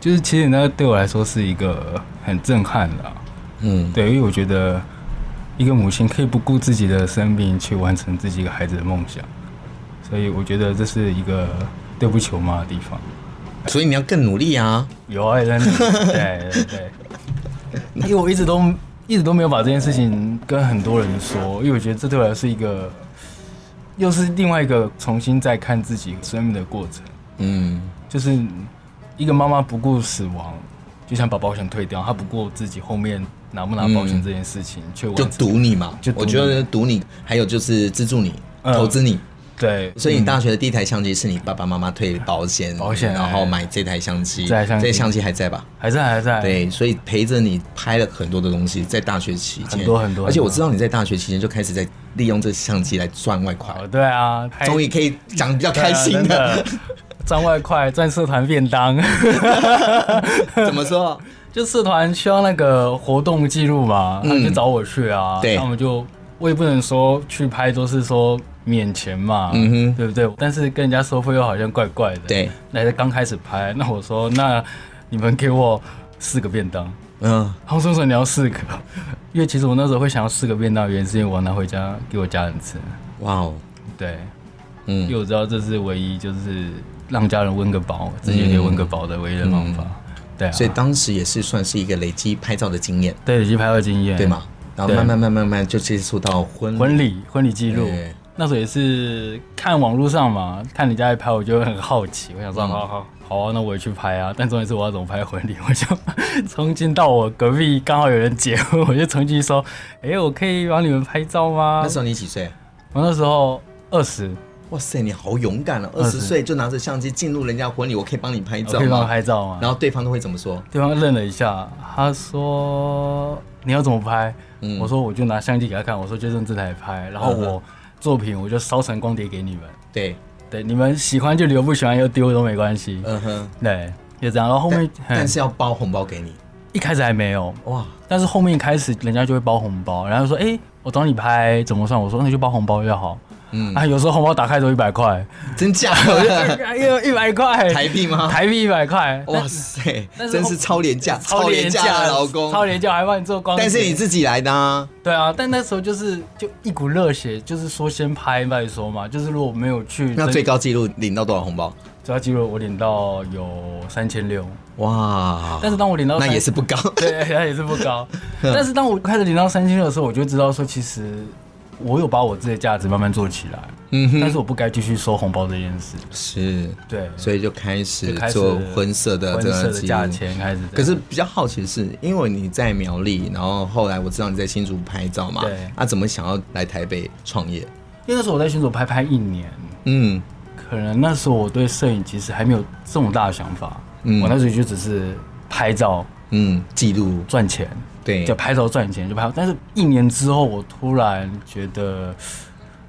[SPEAKER 3] 就是其实那对我来说是一个很震撼的、啊
[SPEAKER 2] 嗯，
[SPEAKER 3] 对，因为我觉得一个母亲可以不顾自己的生命去完成自己一个孩子的梦想，所以我觉得这是一个对不起我妈的地方。
[SPEAKER 2] 所以你要更努力啊。
[SPEAKER 3] 有爱真的，对对对，因为我一直都一直都没有把这件事情跟很多人说，因为我觉得这对我来说是一个，又是另外一个重新再看自己生命的过程。
[SPEAKER 2] 嗯，
[SPEAKER 3] 就是一个妈妈不顾死亡，就想把保险退掉，她不顾自己后面拿不拿保
[SPEAKER 2] 嗯
[SPEAKER 3] 险这件事情，却完
[SPEAKER 2] 就
[SPEAKER 3] 成
[SPEAKER 2] 赌你嘛，
[SPEAKER 3] 就赌
[SPEAKER 2] 我
[SPEAKER 3] 你
[SPEAKER 2] 觉得赌你，还有就是资助你、
[SPEAKER 3] 嗯
[SPEAKER 2] 投资你。
[SPEAKER 3] 对，
[SPEAKER 2] 所以你大学的第一台相机是你爸爸妈妈退保险，
[SPEAKER 3] 嗯保险
[SPEAKER 2] 然后买这台相机，
[SPEAKER 3] 这台相机哎
[SPEAKER 2] 还在吧？
[SPEAKER 3] 还在还在，，
[SPEAKER 2] 对，所以陪着你拍了很多的东西，在大学期间
[SPEAKER 3] 很多很多
[SPEAKER 2] 而且我知道你在大学期间就开始在利用这相机来赚外快，
[SPEAKER 3] 哦对啊，拍
[SPEAKER 2] 终于可以讲比较
[SPEAKER 3] 对啊
[SPEAKER 2] 开心
[SPEAKER 3] 真
[SPEAKER 2] 的
[SPEAKER 3] 的。赚外快，赚社团便当，
[SPEAKER 2] 怎么说？
[SPEAKER 3] 就社团需要那个活动记录嘛，他们就找我去啊，
[SPEAKER 2] 嗯对
[SPEAKER 3] 那我们就我也不能说去拍都是说免钱嘛，
[SPEAKER 2] 嗯哼
[SPEAKER 3] 对不对？但是跟人家收费又好像怪怪的，
[SPEAKER 2] 对，
[SPEAKER 3] 那刚开始拍，那我说那你们给我四个便当，
[SPEAKER 2] 嗯，
[SPEAKER 3] 他们说说你要四个，因为其实我那时候会想要四个便当，原因是因为我要拿回家给我家人吃，
[SPEAKER 2] 哇哦，
[SPEAKER 3] 对，因为
[SPEAKER 2] 嗯，
[SPEAKER 3] 我知道这是唯一就是让家人温个饱，自己也可以温个饱的唯一的方法，对啊，
[SPEAKER 2] 嗯所以当时也是算是一个累积拍照的经验，
[SPEAKER 3] 对已经拍到经验，
[SPEAKER 2] 对吗？然后
[SPEAKER 3] 对
[SPEAKER 2] 慢慢慢慢慢慢就接触到婚
[SPEAKER 3] 婚礼婚礼记录
[SPEAKER 2] 对，
[SPEAKER 3] 那时候也是看网络上嘛，看人家在拍，我就很好奇，我想说，
[SPEAKER 2] 嗯
[SPEAKER 3] 好好好啊，那我也去拍啊。但重点是我要怎么拍婚礼，我就 冲进到我隔壁，刚好有人结婚， 我就冲进去说，哎、我可以帮你们拍照吗
[SPEAKER 2] 那？时候你几岁？啊
[SPEAKER 3] 我那时候二十，
[SPEAKER 2] 哇塞，你好勇敢了！啊二
[SPEAKER 3] 20
[SPEAKER 2] 十岁就拿着相机进入人家婚礼，我可以帮你拍
[SPEAKER 3] 我
[SPEAKER 2] 照
[SPEAKER 3] 可以帮我
[SPEAKER 2] 吗？
[SPEAKER 3] 拍照吗？
[SPEAKER 2] 然后对方都会怎么说？
[SPEAKER 3] 对方愣了一下，他说：“你要怎么拍？”
[SPEAKER 2] 嗯
[SPEAKER 3] 我说：“我就拿相机给他看，我说就用这台拍，然后
[SPEAKER 2] 嗯
[SPEAKER 3] 我作品我就烧成光碟给你们，
[SPEAKER 2] 对，
[SPEAKER 3] 对，你们喜欢就留，不喜欢又丢都没关系。
[SPEAKER 2] 嗯哼，
[SPEAKER 3] 对，就这样。然后后面
[SPEAKER 2] 但
[SPEAKER 3] 嗯
[SPEAKER 2] 但是要包红包给你，
[SPEAKER 3] 一开始还没有，
[SPEAKER 2] 哇，
[SPEAKER 3] 但是后面开始人家就会包红包，然后说：“哎、我找你拍怎么算？”我说：“那就包红包就好。”
[SPEAKER 2] 嗯
[SPEAKER 3] 啊，有时候红包打开都一百块，
[SPEAKER 2] 真 假？
[SPEAKER 3] 又一百块
[SPEAKER 2] 台币吗？
[SPEAKER 3] 台币一百块，
[SPEAKER 2] 哇塞，
[SPEAKER 3] 但是
[SPEAKER 2] 真是超廉价，超廉价啊，老公。
[SPEAKER 3] 超廉价还帮你做光碟，
[SPEAKER 2] 但是你自己来的啊，
[SPEAKER 3] 对啊，但那时候就是就一股热血，就是说先拍再说嘛。就是如果没有去，
[SPEAKER 2] 那最高纪录领到多少红包？
[SPEAKER 3] 主要记录我领到有三千六，
[SPEAKER 2] 哇，
[SPEAKER 3] 但是当我领到
[SPEAKER 2] 那
[SPEAKER 3] 三
[SPEAKER 2] 也是不嗯高。
[SPEAKER 3] 对，那也是不高。但是当我开始领到三千六的时候，我就知道说，其实我有把我自己的价值慢慢做起来，
[SPEAKER 2] 嗯
[SPEAKER 3] 但
[SPEAKER 2] 哼，
[SPEAKER 3] 是我不该继续收红包这件事。
[SPEAKER 2] 是，
[SPEAKER 3] 对，
[SPEAKER 2] 所以就开始
[SPEAKER 3] 就开始
[SPEAKER 2] 做婚摄的
[SPEAKER 3] 婚
[SPEAKER 2] 这
[SPEAKER 3] 摄
[SPEAKER 2] 个
[SPEAKER 3] 的
[SPEAKER 2] 记录
[SPEAKER 3] 价钱开始这样。
[SPEAKER 2] 可是比较好奇的是，因为你在苗栗，然后后来我知道你在新竹拍照嘛，
[SPEAKER 3] 对
[SPEAKER 2] 啊，怎么想要来台北创业？
[SPEAKER 3] 因为那时候我在群组拍拍一年，
[SPEAKER 2] 嗯，
[SPEAKER 3] 可能那时候我对摄影其实还没有这么大的想法。
[SPEAKER 2] 嗯
[SPEAKER 3] 我那时候就只是拍照
[SPEAKER 2] 嗯，记录
[SPEAKER 3] 赚钱。
[SPEAKER 2] 对
[SPEAKER 3] 就，拍照赚钱就拍照，但是一年之后，我突然觉得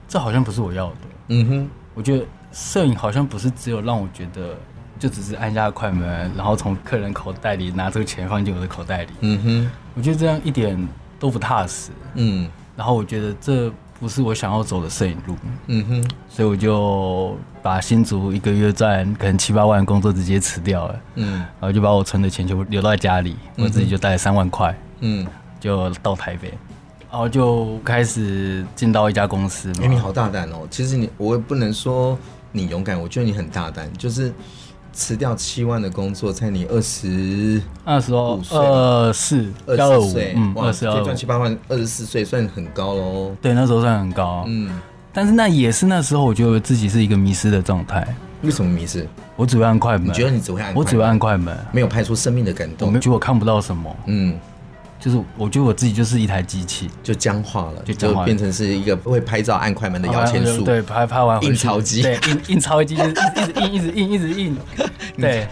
[SPEAKER 3] 这好像不是我要的。
[SPEAKER 2] 嗯哼，
[SPEAKER 3] 我觉得摄影好像不是只有让我觉得就只是按下快门，然后从客人口袋里拿出钱放进我的口袋里。
[SPEAKER 2] 嗯哼，
[SPEAKER 3] 我觉得这样一点都不踏实。
[SPEAKER 2] 嗯
[SPEAKER 3] 然后我觉得这不是我想要走的摄影路，
[SPEAKER 2] 嗯哼，
[SPEAKER 3] 所以我就把新竹一个月赚可能七八万的工作直接辞掉了，
[SPEAKER 2] 嗯
[SPEAKER 3] 然后就把我存的钱全部留在家里，我自己就带三万块。
[SPEAKER 2] 嗯，
[SPEAKER 3] 就到台北，然后就开始进到一家公司
[SPEAKER 2] 哎、你
[SPEAKER 3] 嘛。
[SPEAKER 2] 好大胆哦！其实你，我也不能说你勇敢，我觉得你很大胆，就是辞掉七万的工作，在你二十
[SPEAKER 3] 那时候
[SPEAKER 2] 25岁吧
[SPEAKER 3] 二四
[SPEAKER 2] 二
[SPEAKER 3] 幺二
[SPEAKER 2] 十
[SPEAKER 3] 五
[SPEAKER 2] 岁，，
[SPEAKER 3] 嗯，
[SPEAKER 2] 哇，
[SPEAKER 3] 二
[SPEAKER 2] 可
[SPEAKER 3] 四
[SPEAKER 2] 以
[SPEAKER 3] 二五
[SPEAKER 2] 赚，七八万，二十四岁算很高喽。
[SPEAKER 3] 对，那时候算很高。
[SPEAKER 2] 嗯，
[SPEAKER 3] 但是那也是那时候，我觉得自己是一个迷失的状态。
[SPEAKER 2] 为什么迷失？
[SPEAKER 3] 我只会按快门，
[SPEAKER 2] 你觉得你只会按快门？
[SPEAKER 3] 我只会按快门，
[SPEAKER 2] 没有拍出生命的感
[SPEAKER 3] 我
[SPEAKER 2] 动
[SPEAKER 3] 没，觉得我看不到什么，
[SPEAKER 2] 嗯，
[SPEAKER 3] 就是我觉得我自己就是一台机器。
[SPEAKER 2] 就僵化了，
[SPEAKER 3] 就僵化了哦
[SPEAKER 2] 变成是一个会拍照按快门的摇钱树。
[SPEAKER 3] 对，拍拍完回去
[SPEAKER 2] 印钞机
[SPEAKER 3] 对，印印钞机就是一直印，一直印，一直印，一直印，对。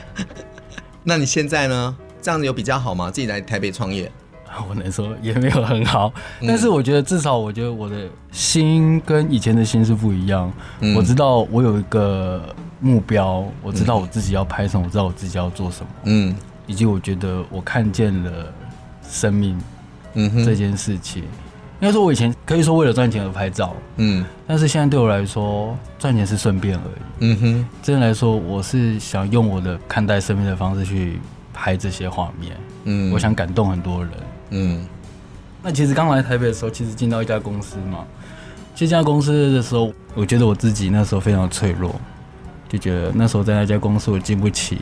[SPEAKER 2] 那你现在呢？这样子有比较好吗？自己来台北创业，
[SPEAKER 3] 啊我能说也没有很好，
[SPEAKER 2] 嗯
[SPEAKER 3] 但是我觉得至少我觉得我的心跟以前的心是不一样。
[SPEAKER 2] 嗯
[SPEAKER 3] 我知道我有一个目标，我知道我自己要拍什么，我知道我自己要做什么，
[SPEAKER 2] 嗯
[SPEAKER 3] 以及我觉得我看见了生命
[SPEAKER 2] 嗯
[SPEAKER 3] 这
[SPEAKER 2] 哼，
[SPEAKER 3] 件事情。应该说，我以前可以说为了赚钱而拍照，
[SPEAKER 2] 嗯
[SPEAKER 3] 但是现在对我来说，赚钱是顺便而已。
[SPEAKER 2] 嗯哼，
[SPEAKER 3] 真的来说，我是想用我的看待生命的方式去拍这些画面，
[SPEAKER 2] 嗯
[SPEAKER 3] 我想感动很多人。
[SPEAKER 2] 嗯
[SPEAKER 3] 那其实刚来台北的时候，其实进到一家公司嘛，进这家公司的时候，我觉得我自己那时候非常脆弱，就觉得那时候在那家公司我经不起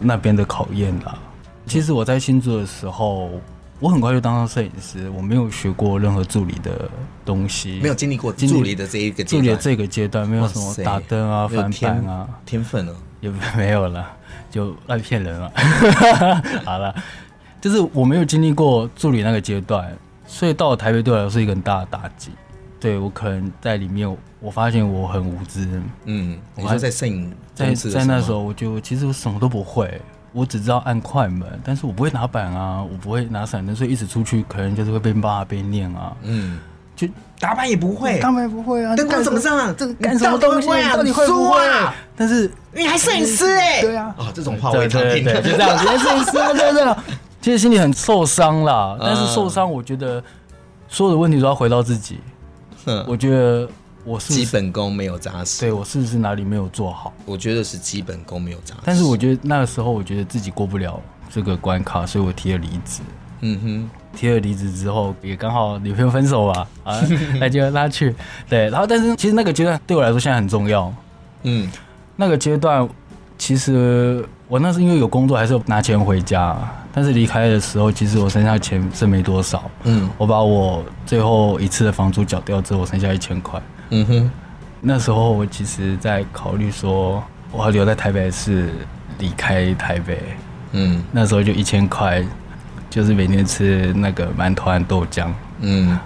[SPEAKER 3] 那边的考验啦。其实我在新竹的时候，我很快就当上摄影师，我没有学过任何助理的东西，
[SPEAKER 2] 没有经历过
[SPEAKER 3] 经历
[SPEAKER 2] 助理的这一个阶
[SPEAKER 3] 助
[SPEAKER 2] 段
[SPEAKER 3] 理的这个阶段，没有什
[SPEAKER 2] 哇
[SPEAKER 3] 么
[SPEAKER 2] 塞
[SPEAKER 3] 打灯啊、
[SPEAKER 2] 没有
[SPEAKER 3] 翻
[SPEAKER 2] 天
[SPEAKER 3] 版啊，
[SPEAKER 2] 天分了，
[SPEAKER 3] 也 没有了，就爱骗人了。 好了，就是我没有经历过助理那个阶段，所以到了台北对我来说是一个很大的打击。对我可能在里面，我发现我很无知。
[SPEAKER 2] 嗯，你
[SPEAKER 3] 我还
[SPEAKER 2] 说在摄影
[SPEAKER 3] 在
[SPEAKER 2] 公司的啊
[SPEAKER 3] 在那
[SPEAKER 2] 吗
[SPEAKER 3] 时候，，我就其实我什么都不会，我只知道按快门，但是我不会拿板啊，我不会拿闪灯，所以一直出去可能就是会被骂、被念啊。
[SPEAKER 2] 嗯，
[SPEAKER 3] 就
[SPEAKER 2] 打板也不会，
[SPEAKER 3] 当然不会啊，
[SPEAKER 2] 灯光
[SPEAKER 3] 你
[SPEAKER 2] 怎么上
[SPEAKER 3] 这个
[SPEAKER 2] 你
[SPEAKER 3] 干什么
[SPEAKER 2] 到底会
[SPEAKER 3] 东西？
[SPEAKER 2] 不会啊
[SPEAKER 3] 你到底会不
[SPEAKER 2] 你
[SPEAKER 3] 会
[SPEAKER 2] 说啊？
[SPEAKER 3] 但是
[SPEAKER 2] 你还摄影师哎，
[SPEAKER 3] 对啊
[SPEAKER 2] 啊，这种话我也常
[SPEAKER 3] 对
[SPEAKER 2] 听，
[SPEAKER 3] 对对就这样子，哎摄影师啊，对对对。其实心里很受伤啦，
[SPEAKER 2] 嗯
[SPEAKER 3] 但是受伤，我觉得所有的问题都要回到自己。
[SPEAKER 2] 哼
[SPEAKER 3] 我觉得我是 不
[SPEAKER 2] 嗯基
[SPEAKER 3] 是
[SPEAKER 2] 本功没有扎实，
[SPEAKER 3] 对我是不是哪里没有做好？
[SPEAKER 2] 我觉得是基本功没有扎实，
[SPEAKER 3] 但是我觉得那个时候，我觉得自己过不了这个关卡，所以我提了离职。
[SPEAKER 2] 嗯
[SPEAKER 3] 提了离职之后，也刚好女朋友分手吧， 啊，那就拉去。对，然后但是其实那个阶段对我来说现在很重要。
[SPEAKER 2] 哼，嗯
[SPEAKER 3] 那个阶段，其实我那是因为有工作，还是有拿钱回家。啊但是离开的时候，其实我身上钱剩没多少。
[SPEAKER 2] 嗯
[SPEAKER 3] 我把我最后一次的房租缴掉之后，我剩下一千块。
[SPEAKER 2] 嗯哼，
[SPEAKER 3] 那时候我其实在考虑说，我要留在台北是离开台北。
[SPEAKER 2] 嗯
[SPEAKER 3] 那时候就一千块，就是每天吃那个馒头和豆浆。
[SPEAKER 2] 嗯，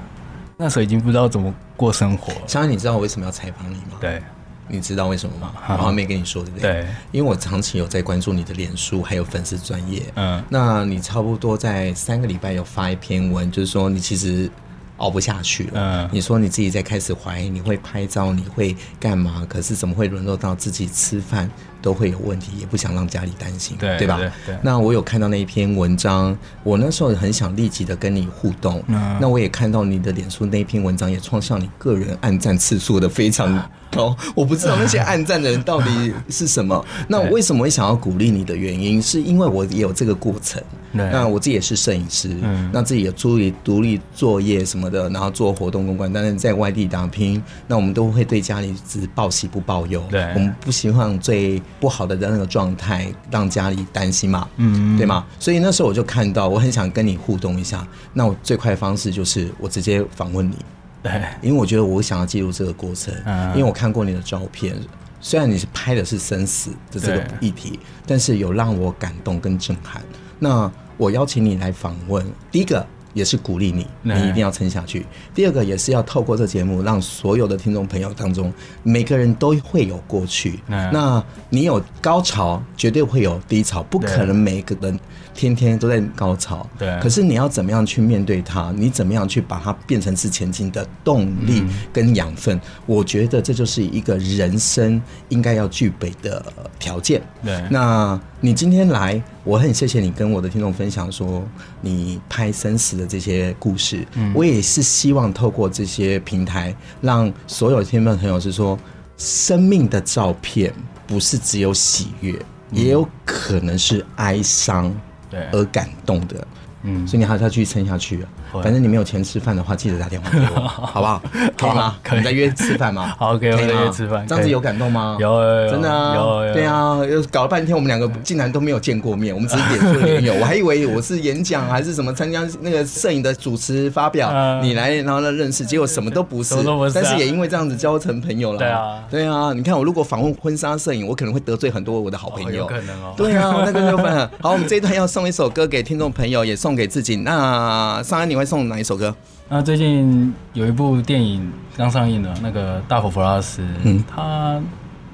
[SPEAKER 3] 那时候已经不知道怎么过生活了。
[SPEAKER 2] 小安，你知道我为什么要采访你吗？，
[SPEAKER 3] 对
[SPEAKER 2] 你知道为什么吗？我还没跟你说，对不对？
[SPEAKER 3] 对，
[SPEAKER 2] 因为我长期有在关注你的脸书，还有粉丝专业。
[SPEAKER 3] 嗯
[SPEAKER 2] 那你差不多在三个礼拜有发一篇文，就是说你其实熬不下去了。
[SPEAKER 3] 嗯
[SPEAKER 2] 你说你自己在开始怀疑你会拍照，你会干嘛？可是怎么会沦落到自己吃饭都会有问题，也不想让家里担心，
[SPEAKER 3] 对
[SPEAKER 2] 吧
[SPEAKER 3] 对对
[SPEAKER 2] 那我有看到那一篇文章，我那时候很想立即的跟你互动。
[SPEAKER 3] 嗯
[SPEAKER 2] 那我也看到你的脸书那一篇文章，也创下你个人暗赞次数的非常 高。我不知道那些暗赞的人到底是什么。那我为什么会想要鼓励你的原因，是因为我也有这个过程。
[SPEAKER 3] 对
[SPEAKER 2] 那我自己也是摄影师，
[SPEAKER 3] 嗯
[SPEAKER 2] 那自己也处理独立作业什么的，然后做活动公关，但是在外地打拼，那我们都会对家里只报喜不报忧，
[SPEAKER 3] 对
[SPEAKER 2] 我们不希望最不好的那个状态让家里担心嘛，
[SPEAKER 3] 嗯
[SPEAKER 2] 对吗？所以那时候我就看到，我很想跟你互动一下，那我最快的方式就是我直接访问你，
[SPEAKER 3] 对
[SPEAKER 2] 因为我觉得我想要记录这个过程，
[SPEAKER 3] 嗯
[SPEAKER 2] 因为我看过你的照片，虽然你是拍的是生死的这个
[SPEAKER 3] 对
[SPEAKER 2] 议题，但是有让我感动跟震撼。那我邀请你来访问，第一个也是鼓励你，
[SPEAKER 3] 对
[SPEAKER 2] 你一定要撑下去；第二个也是要透过这节目，让所有的听众朋友当中，每个人都会有过去。
[SPEAKER 3] 嗯
[SPEAKER 2] 那你有高潮，绝对会有低潮，不
[SPEAKER 3] 对
[SPEAKER 2] 可能每个人天天都在高潮。
[SPEAKER 3] 对
[SPEAKER 2] 可是你要怎么样去面对它？你怎么样去把它变成是前进的动力跟养分？我觉得这就是一个人生应该要具备的呃条件。
[SPEAKER 3] 对
[SPEAKER 2] 那你今天来，我很谢谢你跟我的听众分享说你拍生死的这些故事。
[SPEAKER 3] 嗯
[SPEAKER 2] 我也是希望透过这些平台，让所有听众朋友是说，生命的照片不是只有喜悦，也有可能是哀伤。
[SPEAKER 3] 嗯对，
[SPEAKER 2] 而感动的。
[SPEAKER 3] 嗯
[SPEAKER 2] 所以你还是要继续撑下去啊！
[SPEAKER 3] 会
[SPEAKER 2] 反正你没有钱吃饭的话，记得打电话给 我，好不好？可以吗？
[SPEAKER 3] 可以
[SPEAKER 2] 你在约吃饭吗？
[SPEAKER 3] 好可以
[SPEAKER 2] 吗
[SPEAKER 3] 我在约吃饭
[SPEAKER 2] 这样
[SPEAKER 3] 可
[SPEAKER 2] 子
[SPEAKER 3] 以
[SPEAKER 2] 有感动吗？
[SPEAKER 3] 有有有
[SPEAKER 2] 真的啊
[SPEAKER 3] 有有
[SPEAKER 2] 对啊，又搞了半天，我们两个竟然都没有见过面，我们只是点出脸友，我还以为我是演讲还是什么参加那个摄影的主持发表，
[SPEAKER 3] 嗯
[SPEAKER 2] 你来然后呢认识，结果什么都不是
[SPEAKER 3] 什么都不，是啊
[SPEAKER 2] 但是也因为这样子交成朋友了。
[SPEAKER 3] 对啊
[SPEAKER 2] 对啊，你看我如果访问婚纱摄影，我可能会得罪很多我的好朋
[SPEAKER 3] 哦
[SPEAKER 2] 友，
[SPEAKER 3] 有可能哦
[SPEAKER 2] 对啊，那个就分。好，我们这一段要送一首歌给听众朋友，也送给自己。那上安你会送哪一首歌？
[SPEAKER 3] 那最近有一部电影刚上映了，那个《大佛普拉斯》，嗯，它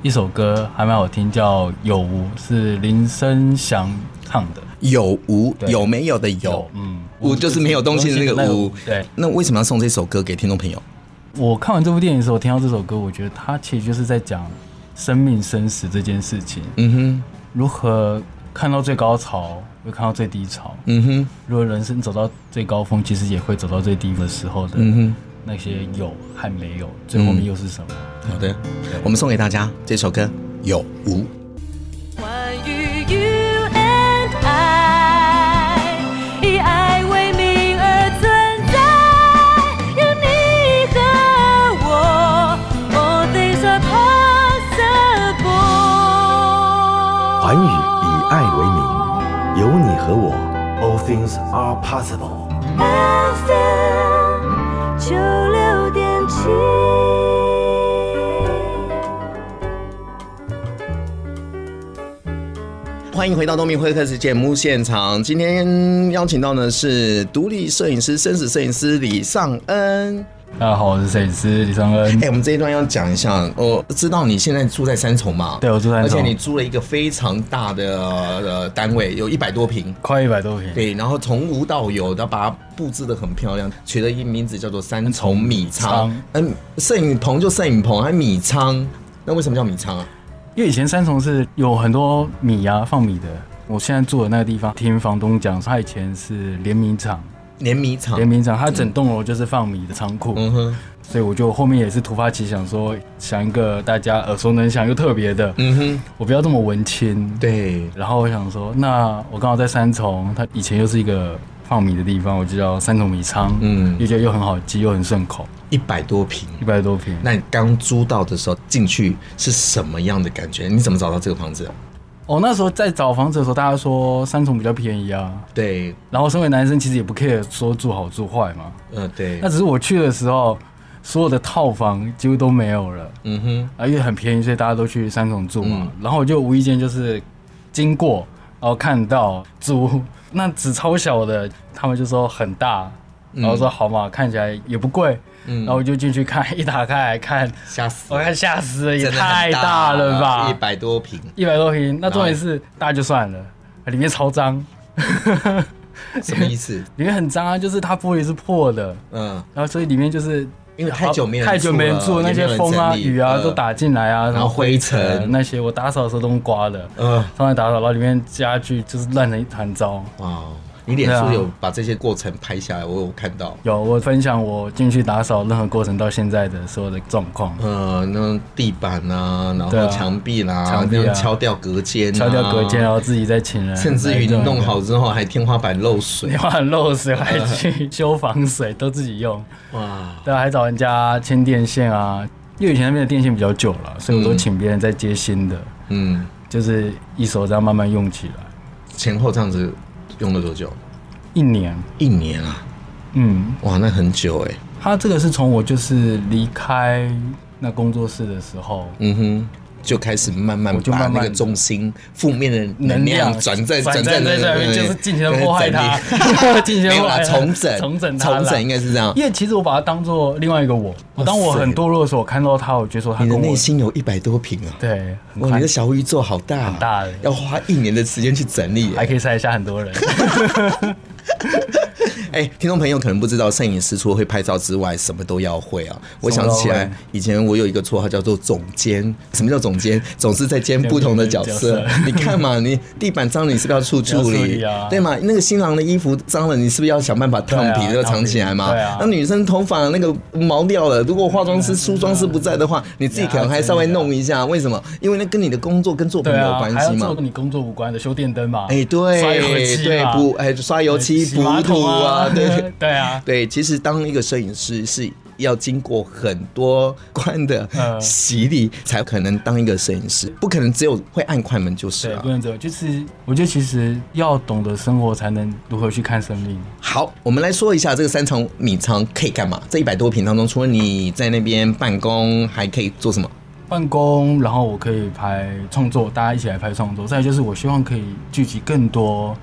[SPEAKER 3] 一首歌还蛮好听，叫《有无》，是林声祥唱的。
[SPEAKER 2] 有无
[SPEAKER 3] 对
[SPEAKER 2] 有没有的有，
[SPEAKER 3] 嗯，
[SPEAKER 2] 无就是没有东西的那个无。
[SPEAKER 3] 对，
[SPEAKER 2] 那为什么要送这首歌给听众朋友？
[SPEAKER 3] 我看完这部电影的时候，听到这首歌，我觉得它其实就是在讲生命生死这件事情，
[SPEAKER 2] 嗯哼，
[SPEAKER 3] 如何看到最高潮，又看到最低潮。
[SPEAKER 2] 嗯哼，
[SPEAKER 3] 如果人生走到最高峰，其实也会走到最低的时候的
[SPEAKER 2] 嗯
[SPEAKER 3] 那些有和没有，最后面又是什么？
[SPEAKER 2] 哼，好的，我们送给大家这首歌《有无》。
[SPEAKER 4] 关于 you and I，以爱为名而存在，有你和我，All things are possible。
[SPEAKER 5] 环宇以爱为名，有你和我，All things are possible。
[SPEAKER 4] FM 九六点七。
[SPEAKER 2] 欢迎回到东明会客室节目现场。今天邀请到的是独立摄影师、生死摄影师李尚恩。
[SPEAKER 3] 大家好，我是摄影师李尚
[SPEAKER 2] 哎、
[SPEAKER 3] 恩。
[SPEAKER 2] 我们这一段要讲一下。我知道你现在住在三重嘛？
[SPEAKER 3] 对，我住在
[SPEAKER 2] 而且你
[SPEAKER 3] 你
[SPEAKER 2] 租了一个非常大的呃单位，有一百多平。
[SPEAKER 3] 快一百多平，
[SPEAKER 2] 对，然后从无到有，然后把它布置的很漂亮，取了一名字叫做三重米仓
[SPEAKER 3] 仓。
[SPEAKER 2] 嗯，摄影棚就摄影棚，还米仓。那为什么叫米仓啊？
[SPEAKER 3] 因为以前三重是有很多米啊，放米的。我现在住的那个地方，听房东讲，他以前是联名厂，
[SPEAKER 2] 连米厂。
[SPEAKER 3] 联名厂，他整栋楼就是放米的仓库。
[SPEAKER 2] 嗯哼，
[SPEAKER 3] 所以我就后面也是突发奇想说，想一个大家耳熟能详又特别的，
[SPEAKER 2] 嗯哼，
[SPEAKER 3] 我不要这么文青。。
[SPEAKER 2] 对，
[SPEAKER 3] 然后我想说，那我刚好在三重，它以前又是一个放米的地方，我就叫三重米仓，
[SPEAKER 2] 嗯
[SPEAKER 3] 嗯，又觉得又很好记，又很顺口，
[SPEAKER 2] 一百多平。
[SPEAKER 3] 一百多平。
[SPEAKER 2] 那你刚租到的时候进去是什么样的感觉？你怎么找到这个房子？
[SPEAKER 3] 哦，那时候在找房子的时候，大家说三重比较便宜啊，
[SPEAKER 2] 对，
[SPEAKER 3] 然后身为男生其实也不 care 说住好住坏嘛，
[SPEAKER 2] 呃，对
[SPEAKER 3] 那，只是我去的时候，所有的套房几乎都没有了。
[SPEAKER 2] 嗯哼，
[SPEAKER 3] 啊，因为很便宜，所以大家都去三重住
[SPEAKER 2] 嗯
[SPEAKER 3] 嘛。然后我就无意间就是经过，然后看到租那纸超小的，他们就说很大，
[SPEAKER 2] 嗯
[SPEAKER 3] 然后说好嘛，看起来也不贵，然后我就进去看，一打开来看，
[SPEAKER 2] 吓死
[SPEAKER 3] 我
[SPEAKER 2] 了，
[SPEAKER 3] 看吓死了，也
[SPEAKER 2] 真的很
[SPEAKER 3] 太大了
[SPEAKER 2] 一
[SPEAKER 3] 吧，
[SPEAKER 2] 百多平，
[SPEAKER 3] 一百多平。那重
[SPEAKER 2] 哎
[SPEAKER 3] 点是大就算了，里面超脏，
[SPEAKER 2] 什么意思？
[SPEAKER 3] 里面很脏啊，就是它玻璃是破的，
[SPEAKER 2] 嗯，
[SPEAKER 3] 然后所以里面就是。
[SPEAKER 2] 因为太久没人
[SPEAKER 3] 太久没人
[SPEAKER 2] 住
[SPEAKER 3] 住，
[SPEAKER 2] 了
[SPEAKER 3] 那
[SPEAKER 2] 也
[SPEAKER 3] 些
[SPEAKER 2] 没有人
[SPEAKER 3] 风啊、
[SPEAKER 2] 整理
[SPEAKER 3] 雨啊
[SPEAKER 2] 呃
[SPEAKER 3] 都打进来啊，
[SPEAKER 2] 然后灰尘
[SPEAKER 3] 那些我打扫的时候都用刮的，
[SPEAKER 2] 呃，
[SPEAKER 3] 上来打扫，然后里面家具就是乱成一团糟。
[SPEAKER 2] 哇，哦你脸书
[SPEAKER 3] 对啊
[SPEAKER 2] 有把这些过程拍下来，我有看到。
[SPEAKER 3] 有我分享我进去打扫任何过程到现在的所有的状况，
[SPEAKER 2] 呃，那地板啊，然
[SPEAKER 3] 对
[SPEAKER 2] 后
[SPEAKER 3] 啊
[SPEAKER 2] 墙壁啦、
[SPEAKER 3] 墙壁
[SPEAKER 2] 那
[SPEAKER 3] 啊
[SPEAKER 2] 样敲掉隔间、啊，
[SPEAKER 3] 敲掉隔间，然，后自己再请人，
[SPEAKER 2] 甚至于你
[SPEAKER 3] 对
[SPEAKER 2] 弄呃好之后还天花板漏水
[SPEAKER 3] 天，花板漏水，我还去 修防水，都自己用。
[SPEAKER 2] 哇，
[SPEAKER 3] 对啊，还找人家牵电线啊，因为以前那边的电线比较久了，所以我都
[SPEAKER 2] 嗯
[SPEAKER 3] 请别人再接新的，
[SPEAKER 2] 嗯，
[SPEAKER 3] 就是一手这样慢慢用起来。
[SPEAKER 2] 前后这样子用了多久？
[SPEAKER 3] 一年，
[SPEAKER 2] 一年啊，
[SPEAKER 3] 嗯，
[SPEAKER 2] 哇，那很久哎、
[SPEAKER 3] 他这个是从我就是离开那工作室的时候，
[SPEAKER 2] 嗯哼，就开始慢慢
[SPEAKER 3] 我就慢
[SPEAKER 2] 把
[SPEAKER 3] 慢
[SPEAKER 2] 那个重心、负面的能量转在
[SPEAKER 3] 转
[SPEAKER 2] 在
[SPEAKER 3] 战在
[SPEAKER 2] 那
[SPEAKER 3] 这
[SPEAKER 2] 个
[SPEAKER 3] 边，就是尽情的破坏它， 尽
[SPEAKER 2] 没
[SPEAKER 3] 情的
[SPEAKER 2] 有
[SPEAKER 3] 破
[SPEAKER 2] 啦，
[SPEAKER 3] 坏它
[SPEAKER 2] 重整、
[SPEAKER 3] 重整它啦
[SPEAKER 2] 重整应。该是这样。
[SPEAKER 3] 因为其实我把它当做另外一个我，我当我很堕落的时候，我看到他，我觉得说他
[SPEAKER 2] 你的
[SPEAKER 3] 跟我
[SPEAKER 2] 内心有一百多平啊，
[SPEAKER 3] 对很
[SPEAKER 2] 哇，
[SPEAKER 3] 宽
[SPEAKER 2] 你的，小宇宙好大，啊
[SPEAKER 3] 很大的
[SPEAKER 2] 要花一年的时间去整理耶。
[SPEAKER 3] 还可以塞得下很多人。
[SPEAKER 2] 哎、听众朋友可能不知道，摄影师除了会拍照之外，什么都要会啊。我想起
[SPEAKER 3] 什么都
[SPEAKER 2] 来
[SPEAKER 3] 要会，
[SPEAKER 2] 以前我有一个绰号叫做总监。什么叫总 监？总是在兼不同的角色
[SPEAKER 3] 兼不同的角。色
[SPEAKER 2] 你看嘛，你地板脏了，你是不是要处处
[SPEAKER 3] 要处
[SPEAKER 2] 理？
[SPEAKER 3] 理啊
[SPEAKER 2] 对嘛？那个新郎的衣服脏了，你是不是要想办法烫
[SPEAKER 3] 对啊
[SPEAKER 2] 平，要藏起来嘛？
[SPEAKER 3] 烫平对啊嗯
[SPEAKER 2] 那女生头发那个毛掉了，如果化妆师、梳妆师不在的话，你自己可能还稍微弄一下。为什么？因为那跟你的工作跟作品
[SPEAKER 3] 啊对
[SPEAKER 2] 有
[SPEAKER 3] 啊，
[SPEAKER 2] 关
[SPEAKER 3] 还要
[SPEAKER 2] 系嘛。
[SPEAKER 3] 做跟你工作无关的修电灯嘛？
[SPEAKER 2] 哎、对，
[SPEAKER 3] 刷油漆
[SPEAKER 2] 对
[SPEAKER 3] 嘛
[SPEAKER 2] 补哎刷油漆
[SPEAKER 3] 洗
[SPEAKER 2] 补
[SPEAKER 3] 马
[SPEAKER 2] 土
[SPEAKER 3] 桶啊，
[SPEAKER 2] 对。
[SPEAKER 3] 对啊，
[SPEAKER 2] 对，其实当一个摄影师是要经过很多关的
[SPEAKER 3] 嗯
[SPEAKER 2] 洗礼，才可能当一个摄影师，不可能只有会按快门就是
[SPEAKER 3] 对，
[SPEAKER 2] 了
[SPEAKER 3] 不。能走。就是我觉得其实要懂得生活，才能如何去看生命。
[SPEAKER 2] 好，我们来说一下这个三重米仓可以干嘛？这一百多平当中，除了你在那边办公，还可以做什么？
[SPEAKER 3] 办公，然后我可以拍创作，大家一起来拍创作。再来就是我希望可以聚集更多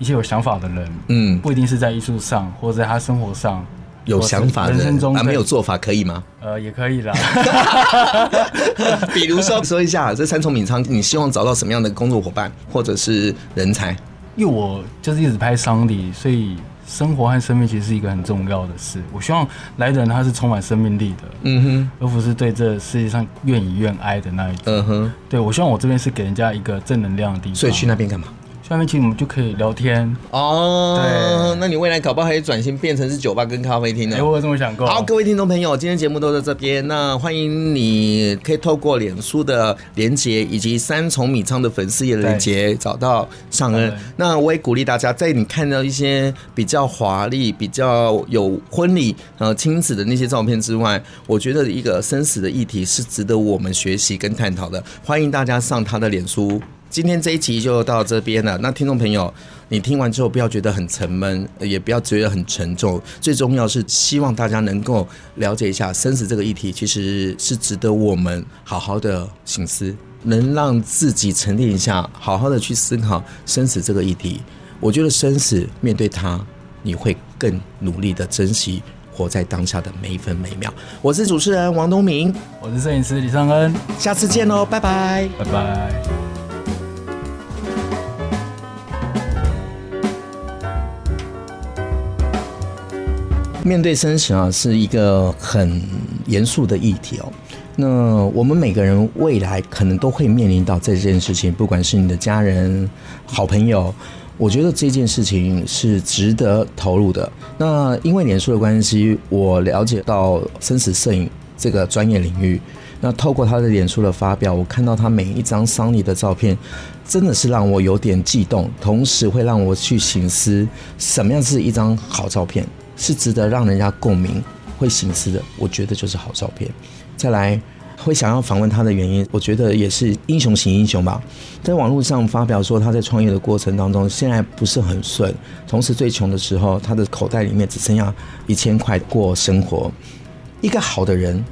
[SPEAKER 3] 一些有想法的人，
[SPEAKER 2] 嗯
[SPEAKER 3] 不一定是在艺术上，或者在他生活上，
[SPEAKER 2] 有想法的
[SPEAKER 3] 人生中
[SPEAKER 2] 啊，
[SPEAKER 3] 对
[SPEAKER 2] 没有做法可以吗？
[SPEAKER 3] 呃也可以啦。
[SPEAKER 2] 比如说说一下，这三重闽昌，你希望找到什么样的工作伙伴或者是人才？
[SPEAKER 3] 因为我就是一直拍丧礼，所以生活和生命其实是一个很重要的事。我希望来的人他是充满生命力的，
[SPEAKER 2] 嗯哼，
[SPEAKER 3] 而不是对这世界上怨以怨哀的那一种。
[SPEAKER 2] 嗯哼，
[SPEAKER 3] 对我希望我这边是给人家一个正能量的地方。
[SPEAKER 2] 所以去那边干嘛？
[SPEAKER 3] 下面其实我们就可以聊天。
[SPEAKER 2] 哦，
[SPEAKER 3] 对
[SPEAKER 2] 那你未来搞不好还有转型变成是酒吧跟咖啡厅呢
[SPEAKER 3] 哎、。我有这么想过。
[SPEAKER 2] 好，各位听众朋友，今天节目都在这边。那欢迎你可以透过脸书的连接以及三重米仓的粉丝页的连接找到尚恩
[SPEAKER 3] 对。
[SPEAKER 2] 那我也鼓励大家，在你看到一些比较华丽、比较有婚礼呃亲子的那些照片之外，我觉得一个生死的议题是值得我们学习跟探讨的。欢迎大家上他的脸书。今天这一集就到这边了。那听众朋友，你听完之后不要觉得很沉闷，呃也不要觉得很沉重，最重要是希望大家能够了解一下生死这个议题，其实是值得我们好好的醒思，能让自己沉淀一下，好好的去思考生死这个议题。我觉得生死面对它，你会更努力的珍惜活在当下的每一分每秒。我是主持人王东明，
[SPEAKER 3] 我是摄影师李尚恩，
[SPEAKER 2] 下次见喽，拜拜。
[SPEAKER 3] 拜拜。
[SPEAKER 2] 面对生死啊，是一个很严肃的议题哦。那我们每个人未来可能都会面临到这件事情，不管是你的家人、好朋友，我觉得这件事情是值得投入的。那因为脸书的关系，我了解到生死摄影这个专业领域。那透过他的脸书的发表，我看到他每一张丧礼的照片，真的是让我有点悸动，同时会让我去醒思，什么样是一张好照片，是值得让人家共鸣、会醒思的。我觉得就是好照片。再来，会想要访问他的原因，我觉得也是英雄型英雄吧。在网络上发表说他在创业的过程当中，现在不是很顺，同时最穷的时候，他的口袋里面只剩下一千块过生活。一个好的人，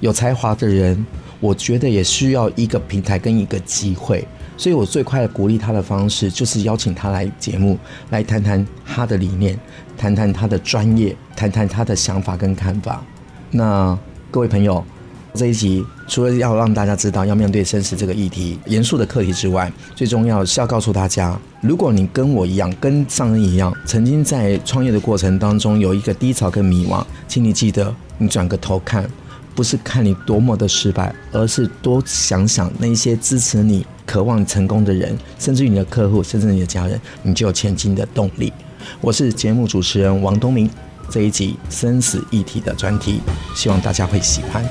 [SPEAKER 2] 有才华的人，我觉得也需要一个平台跟一个机会。所以我最快鼓励他的方式，就是邀请他来节目，来谈谈他的理念，谈谈他的专业，谈谈他的想法跟看法。那各位朋友，这一集除了要让大家知道要面对生死这个议题严肃的课题之外，最重要是要告诉大家，如果你跟我一样，跟上恩一样，曾经在创业的过程当中有一个低潮跟迷惘，请你记得，你转个头看，不是看你多么的失败，而是多想想那些支持你、渴望成功的人，甚至于你的客户，甚至你的家人，你就有前进的动力。我是节目主持人王东明，这一集生死议题的专题，希望大家会喜欢。